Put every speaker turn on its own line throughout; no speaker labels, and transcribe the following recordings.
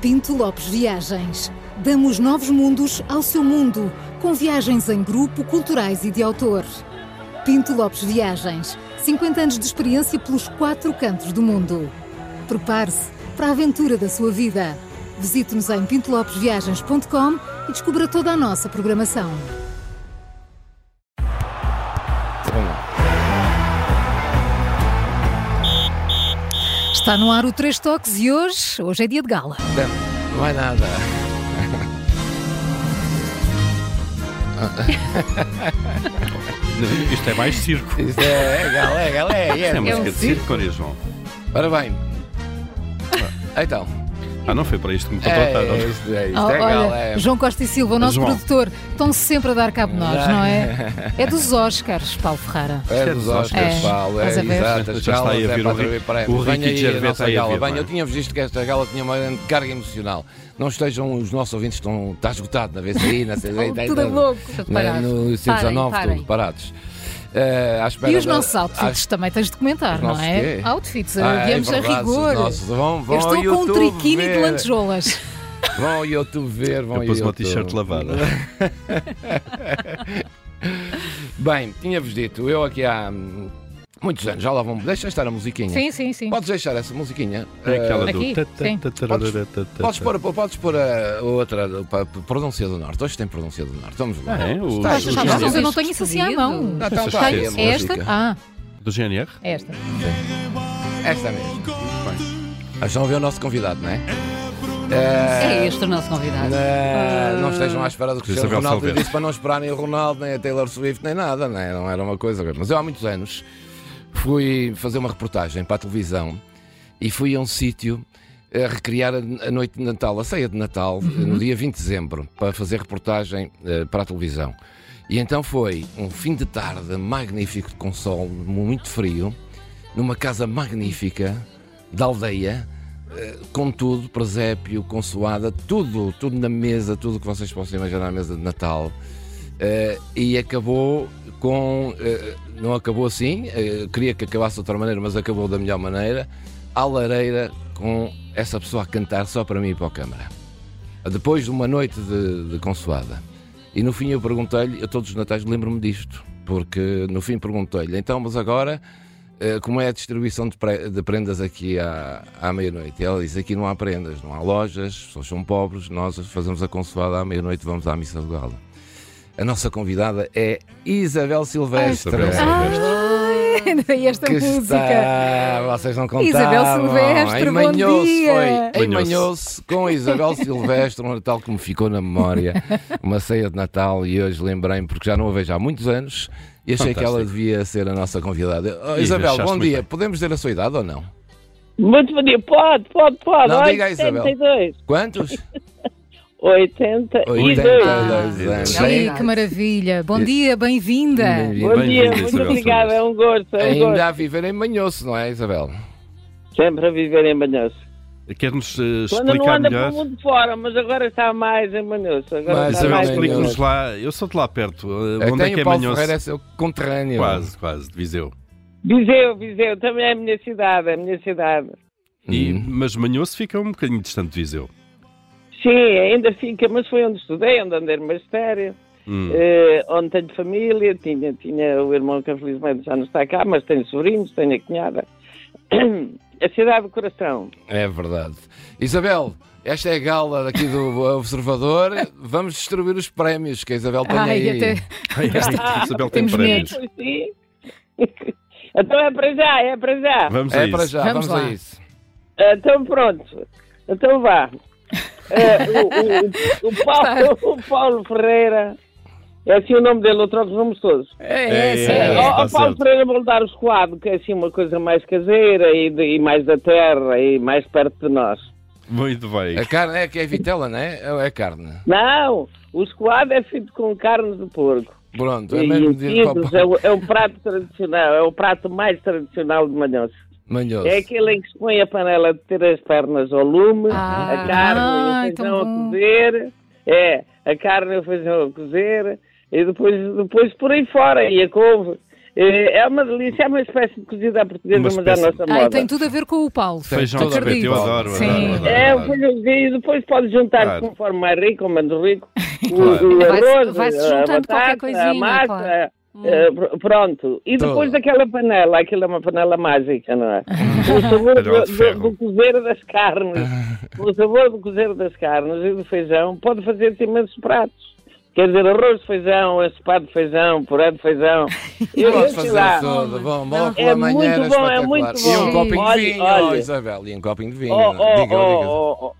Pinto Lopes Viagens. Damos novos mundos ao seu mundo, com viagens em grupo, culturais e de autor. Pinto Lopes Viagens. 50 anos de experiência pelos quatro cantos do mundo. Prepare-se para a aventura da sua vida. Visite-nos em pintolopesviagens.com e descubra toda a nossa programação. Está no ar o Três Toques e hoje, hoje é dia de gala.
Não, não é nada.
Isto é mais circo.
Isto é, é gala, é gala, é, é.
Isto é música
um
de circo, Maria João.
Ora bem. Então.
Ah, não foi para isto que me
É,
contrataram.
isto é,
Oh,
isto é gala, é.
olha, João Costa e Silva, o nosso
João.
produtor, estão sempre a dar cabo de nós,
Ah.
não é? É dos Oscars, Paulo Ferrara.
É
Isto é
dos
dos
Oscars,
Oscars.
Paulo, é,
Estás a ver?
exato,
Já
as
está
galas
aí a
é
vir
para
o Ric-
atribuir para
o
Venha
Ricky
aí a
Gervais
nossa
aí a
gala,
vir,
venha.
não é?
eu tinha-vos visto que esta gala tinha uma grande carga emocional. Não estejam, os nossos ouvintes estão, está esgotado na VCI, na CZI,
Tudo louco. Tudo
na,
parado.
no 119,
parem.
tudo parados. Eh, à espera
E os
da-
nossos
à-
outfits também tens de comentar,
Os
não
nossos
é?
quê?
Outfits,
Ah, é
viemos a
verdade,
rigor.
os nossos vão- vão
Eu estou
ao
com um
YouTube
triquini de
ver.
lancholas.
Vão ao YouTube ver, vão
Eu
ao
pus uma
YouTube.
t-shirt lavada.
Bem, tinha-vos dito, eu aqui há hum, muitos anos, já lá vão. Deixa estar a musiquinha.
Sim, sim, sim.
Podes deixar essa musiquinha? Eh,
É aquela
Aqui?
do. ta- ta-
Sim.
ta- tararara, ta- ta-
Podes pôr, podes pôr a outra pa- pa- pronúncia do norte. Hoje tem pronúncia do norte. Vamos lá.
Ah, é? O-
Está,
os- os
está,
Mas
está.
eu
Sim.
não tenho isso assim à mão.
Não, então
Essas
está aí a
coisas.
É esta?
música.
Ah,
Do GNR?
é esta.
Esta mesmo. Ah, Estão a ver o nosso convidado, não é?
É
Eh,
este o nosso convidado.
na- Não estejam à espera do que o Cristiano
Isabel
Ronaldo Eu
Salveiro.
disse para não esperarem o Ronaldo, nem a Taylor Swift, nem nada, não, é? não era uma coisa. Mas eu há muitos anos fui fazer uma reportagem para a televisão e fui a um sítio a recriar a a noite de Natal, a ceia de Natal, eh, no dia 20 de dezembro, para fazer reportagem eh, para a televisão. E então foi um fim de tarde magnífico de consolo, muito frio, numa casa magnífica da aldeia, eh, com tudo, presépio, consoada, tudo, tudo na mesa, tudo o que vocês possam imaginar na mesa de Natal. Eh, e acabou com. eh, não acabou assim, eh, queria que acabasse de outra maneira, mas acabou da melhor maneira. À lareira, com essa pessoa a cantar só para mim e para a câmara. Depois de uma noite de, de consoada. E no fim eu perguntei-lhe, eu todos os natais lembro-me disto, porque no fim perguntei-lhe, então, mas agora, eh, como é a distribuição de, pre- de prendas aqui à, à meia-noite? E Ela disse, aqui não há prendas, não há lojas, as pessoas são pobres, nós fazemos a consoada à meia-noite, vamos à missa de gala. A nossa convidada é Isabel Silvestre.
Isabel Silvestre.
E esta
que
música.
está, vocês não contavam.
Isabel Silvestre, bom
Emanhou-se,
dia. É
foi.
Emanhou-se.
Emanhou-se com Isabel Silvestre, um Natal que me ficou na memória. Uma ceia de Natal e hoje lembrei-me, porque já não a vejo há muitos anos, e achei que
Fantástico.
ela devia ser a nossa convidada. Oh,
E
Isabel,
achaste
bom
muito
dia.
bem.
Podemos dizer a sua idade ou não?
Muito bom dia. Pode, pode, pode.
Não,
Olha,
diga aí, Isabel.
72.
Quantos? 82 anos.
Ah,
82.
Ih,
Ainda-
Sim.
que maravilha. Bom dia, bem-vinda.
Bom dia,
Bem-vinda,
muito
Isabel
obrigada.
Silvestre.
É um gosto, é um gosto.
Ainda a viver em Manhoso, não é, Isabel?
Sempre a viver em Manhoso.
É.
Quer-nos eh,
Quando não
explicar
anda é para
melhor?
o mundo fora, mas agora está mais em Manhoso. Agora
Mas, Isabel,
está
Isabel,
mais em
explique-nos
Manhoso.
lá. Eu sou de lá perto. eh, Onde
Até
é que é
o Paulo Ferreira
manhoso?
é seu conterrâneo.
Quase, quase, de Viseu.
Viseu, Viseu. Também é a minha cidade, é a minha cidade.
E,
Hum.
mas manhoso fica um bocadinho distante de Viseu.
Sim, ainda fica, mas foi onde estudei, onde andei no magistério,
Hum.
eh, onde tenho família, tinha, tinha o irmão que infelizmente já não está cá, mas tenho sobrinhos, tenho a cunhada. A cidade do coração.
É verdade. Isabel, esta é a gala aqui do Observador. Vamos distribuir os prémios que a Isabel tem
Ai,
aí.
até.
Ai, ai, Isabel tem
Temos
prémios.
Pois sim. Então é para já, é para já.
Vamos a
É
isso.
para já, vamos,
Vamos
a
lá.
isso.
Então pronto. Então vá. Eh, o, o- o Paulo, o Paulo Ferreira. É assim o nome dele, eu troco os nomes todos. Eh,
É,
É,
sim.
é,
Ó,
tá
ó, Paulo
certo.
Ferreira vou lhe dar o esquadro, que é assim uma coisa mais caseira e, de- e mais da terra e mais perto de nós.
Muito bem.
A carne é que é vitela, não é? Ou É carne.
Não, o esquadro é feito com carne de porco.
Pronto, é
E
mesmo
os
de
quilos é, o- é o prato tradicional, é o prato mais tradicional de Manhoso.
manhoso.
É aquele em que se põe a panela de ter as pernas ao lume,
Ah,
a carne
ai,
e o feijão
tão
a
bom.
cozer. É, a carne e o feijão a cozer. E depois, depois por aí fora, e a couve. Eh, É uma delícia, é uma espécie de cozida à portuguesa,
Uma
mas à
espécie.
nossa
Ai,
moda.
tem tudo a ver com o Paulo.
Feijão
Tem-
de azeite, eu
acredito.
adoro.
Sim.
adoro, adoro,
É,
adoro.
foi o dia e depois pode juntar
Claro.
conforme mais rico ou menos rico. O,
Claro.
o
Vai-se-
arroz,
vai-se
a
juntando
batata,
qualquer coisinha,
a massa,
claro. Hum.
eh, pr- pronto. E depois
Tudo.
daquela panela, aquilo é uma panela mágica, não é? O sabor
Panela
do,
de
do-
ferro.
do cozer das carnes, o sabor do cozer das carnes e do feijão pode fazer-te imensos pratos. Quer dizer, arroz de feijão, ensopado de feijão, puré de feijão. Eu, eu
Posso
sei
fazer
lá.
tudo. Bom, bom,
Não.
pela
É
manhã
muito
era
bom, é
espetacular.
muito
E um
bom.
copinho de
Olha,
vinho,
olha. Oh,
oh, Isabel, e um copinho de vinho.
Ó, ó,
diga,
ó,
diga.
ó, ó.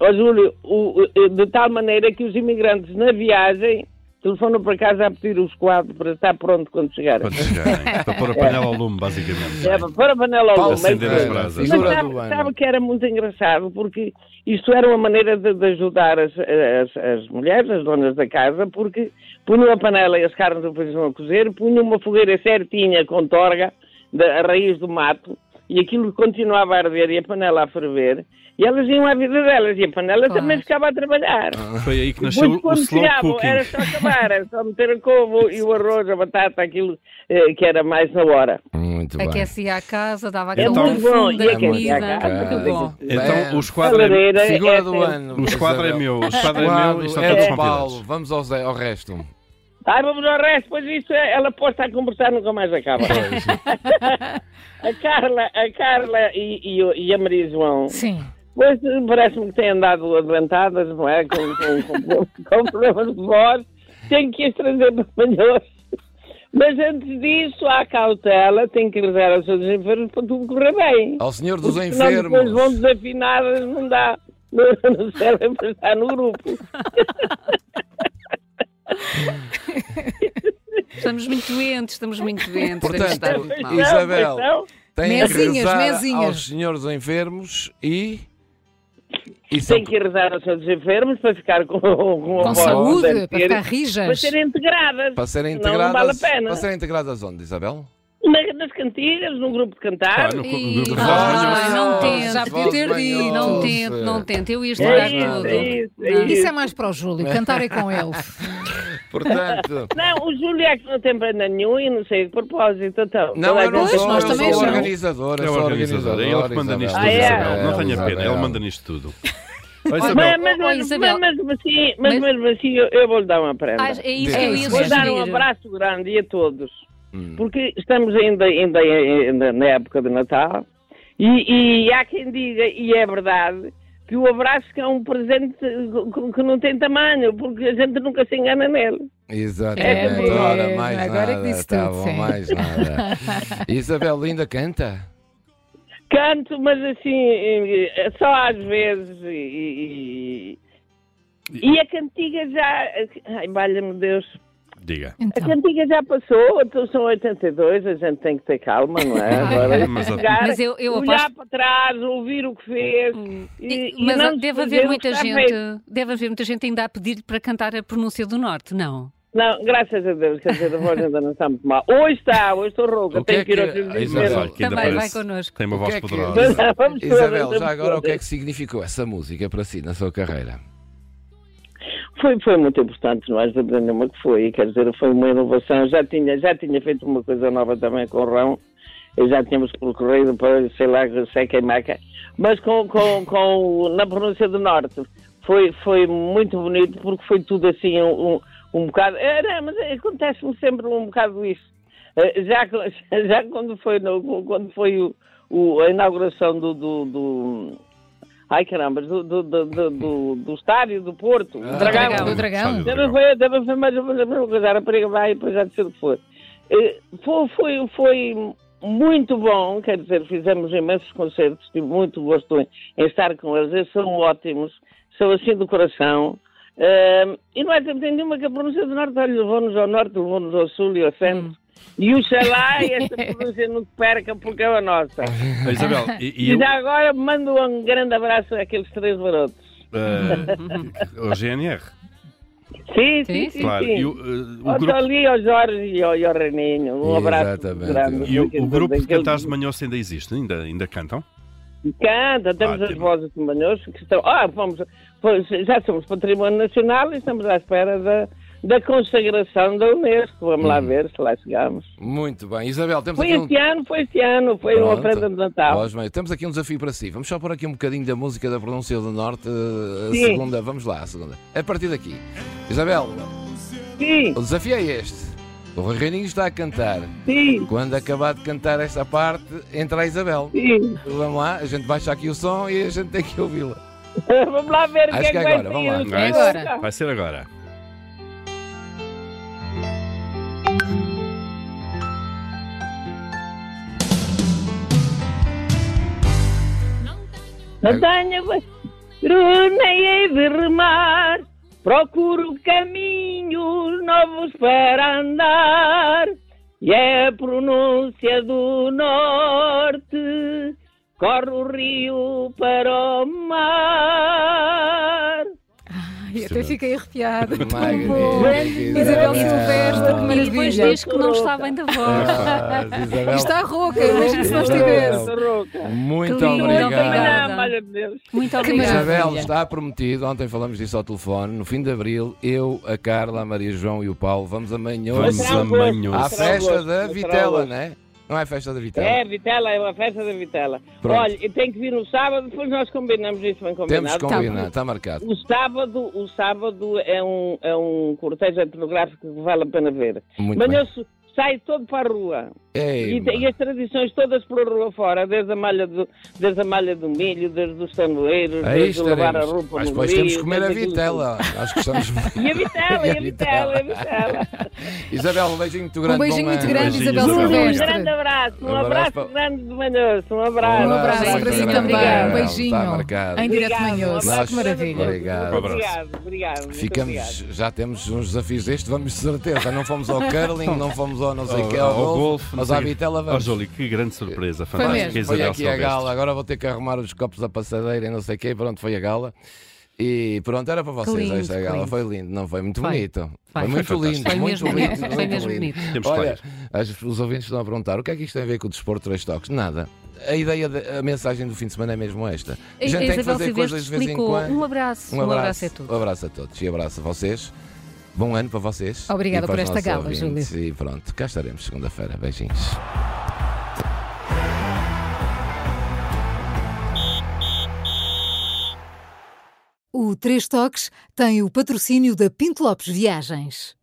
Ó, Júlio, o- o- de tal maneira que os imigrantes na viagem telefonam para casa a pedir os quadros para estar pronto quando chegarem.
Quando chegarem. Para pôr a panela ao lume, basicamente.
É, para a panela ao
Paulo
lume, é isso
acender as
mesmo.
brasas.
Mas
Figura
sabe,
do ano.
sabe que era muito engraçado, porque isto era uma maneira de, de ajudar as, as- as mulheres, as donas da casa, porque punham a panela e as carnes do feijão a cozer, punham uma fogueira certinha com torga, da a raiz do mato, e aquilo continuava a arder e a panela a ferver, e elas iam à vida delas, e a panela
Claro.
também ficava a trabalhar.
Foi aí que nasceu
Depois,
o
quando
slow
chegavam,
cooking.
era só acabar, era só meter a couve e o arroz, a batata, aquilo eh, que era mais na hora.
Muito bem.
Aquecia a casa, dava aquele
É assim,
Então,
um
muito bom, e
perfume da
aquecia a
é
é
comida.
Ah,
casa.
Muito bom.
Então, o esquadro é
Cabeleireira
Figura
é
do
sempre-
ano.
O esquadro é
Isabel.
meu, o esquadro é
Quadro
meu e está
é
todos
do Paulo.
compilados.
Vamos aos- ao resto.
Ai, vamos ao resto, pois isso é- ela posta a conversar, nunca mais acaba. a Carla, a Carla e, e o- e a Maria João,
Sim.
pois eh, parece-me que têm andado adoentadas, não é? Com, com- com- com problemas de voz, tenho que as trazer para melhor. Mas antes disso, há cautela, tem que rezar aos seus enfermos para tudo correr bem.
Ao senhor dos
Porque senão Depois vão
enfermos.
desafinadas, não dá. Não, não servem para estar no grupo.
Estamos muito doentes, estamos muito doentes.
Portanto,
Está muito mal.
e- Isabel.
Pois não.
Tem que
Mesinhas,
rezar
mesinhas.
aos senhores enfermos e... E são-
Tem que rezar aos seus enfermos para ficar com, com a
Com
voz
saúde, para
deve ter-
Ah,
ficar
para
rijas.
serem integradas.
Para serem
Senão não vale a
integradas...
pena.
Para serem integradas onde, Isabel?
Na- nas cantigas, num grupo de cantar.
Claro, no
E-
grupo de
Ah,
Ai,
voz.
Deus,
não tento.
já podia ter dito.
Não tento, não tento. Eu ia
É
estudar
isso,
tudo.
é isso, é
Não.
Isso é mais para o Júlio, cantar é com ele.
Portanto...
Não, o Júlio é que não tem prenda nenhum e não sei de propósito. Então,
Não,
Toda a
eu não
gente-
Pois,
sou,
nós
eu
também
sou o
não.
organizador, eu
É o
sou
organizador,
organizador.
é ele que manda nisto tudo,
Ah, é?
Isabel. Não tenha pena,
Isabel.
ele manda nisto tudo. Ó,
Mas,
Isabel,
mas,
Ó,
mas,
Isabel.
mas mesmo assim, mas,
Mas-
mesmo assim eu, eu vou-lhe dar uma prenda.
Ah, é isso
Sim.
que
É
eu ia
isso.
Vou dar um
sugerir.
abraço grande a todos, porque estamos ainda, ainda, ainda na época de Natal e, e há quem diga, e é verdade, que o abraço que é um presente que- que não tem tamanho, porque a gente nunca se engana nele. É
Exatamente.
mesmo,
Ora, mais
agora
nada.
é que disse
tá
tudo,
bom,
sim.
mais nada. Isabel Linda canta?
Canto, mas assim, eh, só às vezes e... e- e- e a cantiga já. Ai, valha-me Deus.
Diga.
A
Então,
cantiga já passou, então são 82, a gente tem que ter calma, não é? Agora
Mas, ó,
chegar,
Mas eu- eu
olhar
aposto- Hum.
para trás, ouvir o que fez. um E, e não
Mas deve
desfazer
haver
o
muita
que está
gente,
feito.
deve haver muita gente ainda a pedir-lhe para cantar a pronúncia do norte, não?
Não, graças a Deus, quer dizer, a voz ainda não está muito mal. Hoje está, hoje estou rouca,
O que
tenho
é
que ir ao
que-
cirurgião.
Isabel,
Isabel.
que ainda
Também vai
parece-
connosco.
Tem uma
O que
voz
é que-
Mas,
poderosa.
ah, vamos todas,
Isabel,
vamos
já agora o que é
todas.
que significou essa música para si na sua carreira?
Foi, foi muito importante, não é dúvida nenhuma que foi. Quer dizer, foi uma inovação. Já tinha, já tinha feito uma coisa nova também com o Rão. E Já tínhamos percorrido para, sei lá, seca e maca. Mas com, com, com, na pronúncia do Norte foi, foi muito bonito porque foi tudo assim um, um, um bocado... É, não, mas acontece-me sempre um bocado isso. Eh, Já, co- já quando foi, no- quando foi o, o- a inauguração do... do, do Ai caramba, do, do, do, do, do- do estádio do Porto, o Dragão.
Do dragão.
Sabe,
Também foi, também foi mais ou menos a mesma coisa. Era perigo, vai, depois já de ser o que for. Eh, Foi, foi, foi muito bom, quer dizer, fizemos imensos concertos, tive muito gosto em, em estar com eles. Eles são ótimos, são assim do coração. Eh, e não é tempo nenhuma que a pronúncia do Norte, olha, levou-nos ao Norte, levou-nos ao Sul e ao
Hum.
Centro. E o Xalá, esta pronúncia não se perca porque é a nossa.
Ó, Isabel, e,
E,
e eu,
já agora mando um grande abraço àqueles três garotos.
eh, ao GNR,
Sim, sim,
Sim,
sim.
claro.
sim.
E o, eh, o
Ao
grupo
Tolí, ao Jorge e ao, e ao Reninho. Um abraço
Exatamente.
grande.
E o, o grupo de
Daquele-
cantares de manhoça ainda existe? Ainda, ainda cantam?
Canta, temos as
Ótimo.
vozes Ah, de manhos que estão... Ah, vamos, pois, já somos património nacional e estamos à espera da, da consagração da Unesco. Vamos
Uhum.
lá ver se lá chegamos.
Muito bem. Isabel, temos
Foi
aqui um...
este ano, foi este ano, foi uma
Pronto.
prenda de um Natal.
Osmar, temos aqui um desafio para si. Vamos só pôr aqui um bocadinho da música da pronúncia do Norte, eh, a
Sim.
segunda. Vamos lá, a segunda. A partir daqui. Isabel,
Sim,
o desafio é este. O Rui Reininho está a cantar.
sim,
Quando acabar de cantar esta parte, entra a Isabel.
sim.
Vamos lá, a gente baixa aqui o som e a gente tem que ouvi-la.
Vamos lá ver o
Acho
que é que,
que é
vai
agora, vamos lá.
sair.
Vai
Agora.
Tá.
Vai ser agora.
Não tenho Brunei de remar, procuro caminhos novos para andar. E é a pronúncia do norte, corre o rio para o mar.
Ai, até fiquei arrepiada. Tão bom.
Magnífico,
Isabel Silvestre, que
E depois
maravilha.
diz que não está bem da
É.
voz.
Ah, Isabel,
Está rouca, imagina se não estivesse.
Roca.
Muito
Que lindo,
obrigado.
obrigada.
Não, valha de Deus.
Muito obrigada.
Isabel, está prometido. Ontem falamos disso ao telefone. No fim de abril, eu, a Carla, a Maria João e o Paulo vamos a
Vamos
Outra
a
outra.
manhã.
à
Outra
festa
outra.
da
Outra
Vitela,
outra.
não é? Não é festa da Vitela?
É, Vitela, é uma festa da Vitela.
Pronto.
Olha, eu tenho que vir no sábado, depois nós combinamos isso, bem combinado.
Temos que combinar, está marcado.
O sábado, o sábado é um, é um cortejo etnográfico que vale a pena ver.
Muito
Mas
bem.
eu su- saio todo para a rua.
Ei,
E, te- e as tradições todas para a rua fora, desde a malha do, desde a malha do milho, desde os tabuleiros,
aí
desde o levar a
estaremos.
roupa
Mas
no
depois
rio,
temos que comer a
desde aquilo tudo.
Vitela. Acho que estamos.
um- E a vitela, e a vitela, e a vitela.
Isabel, um beijinho muito grande.
Um beijinho
bom
muito
ano.
grande,
beijinho.
Isabel
Bruno,
Um
Silvestre.
grande abraço, um
Um abraço
abraço,
para-
grande de manhoso, um abraço.
Um abraço
Muito
para si
grande,
também.
Isabel.
Um beijinho.
Está Tá marcado.
Em direto
Obrigado, um
manhoso.
abraço
Que
para todos.
maravilha.
Obrigado.
Obrigado, obrigado. muito
Ficamos,
obrigado.
já temos uns desafios deste, vamos de certeza. Não fomos ao curling, não fomos ao não sei o que, ao,
Ao- ao
golfe,
golfe, não
mas
sei
à
o quê.
vitela
Ó,
vamos.
Júlio, que grande surpresa.
mesmo.
Fantástica,
Foi
Isabel
aqui a gala,
Silvestre.
agora vou ter que arrumar os copos da passadeira e não sei o quê, pronto, foi a gala. E pronto, era para vocês
lindo,
esta
que
gala.
lindo.
Foi lindo, não foi? Muito
Foi.
bonito. Foi,
Foi.
muito
Foi
lindo,
fantástico.
Foi
muito
mesmo
bonito.
bonito, foi
muito
mesmo
lindo.
bonito.
Temos
Olha,
histórias.
as- os ouvintes estão a perguntar o que é que isto tem a ver com o desporto, três toques? Nada. A ideia, da- a mensagem do fim de semana é mesmo esta. A gente tem que
Isabel
fazer
Silvestre
coisas de vez em
explicou.
quando.
Um abraço. Um abraço é tudo.
Um abraço a todos e abraço a vocês. Bom ano para vocês.
Obrigada
e para
por
os
esta
nossos
gala,
ouvintes. E pronto, cá estaremos segunda-feira. Beijinhos.
O Três Toques tem o patrocínio da Pinto Lopes Viagens.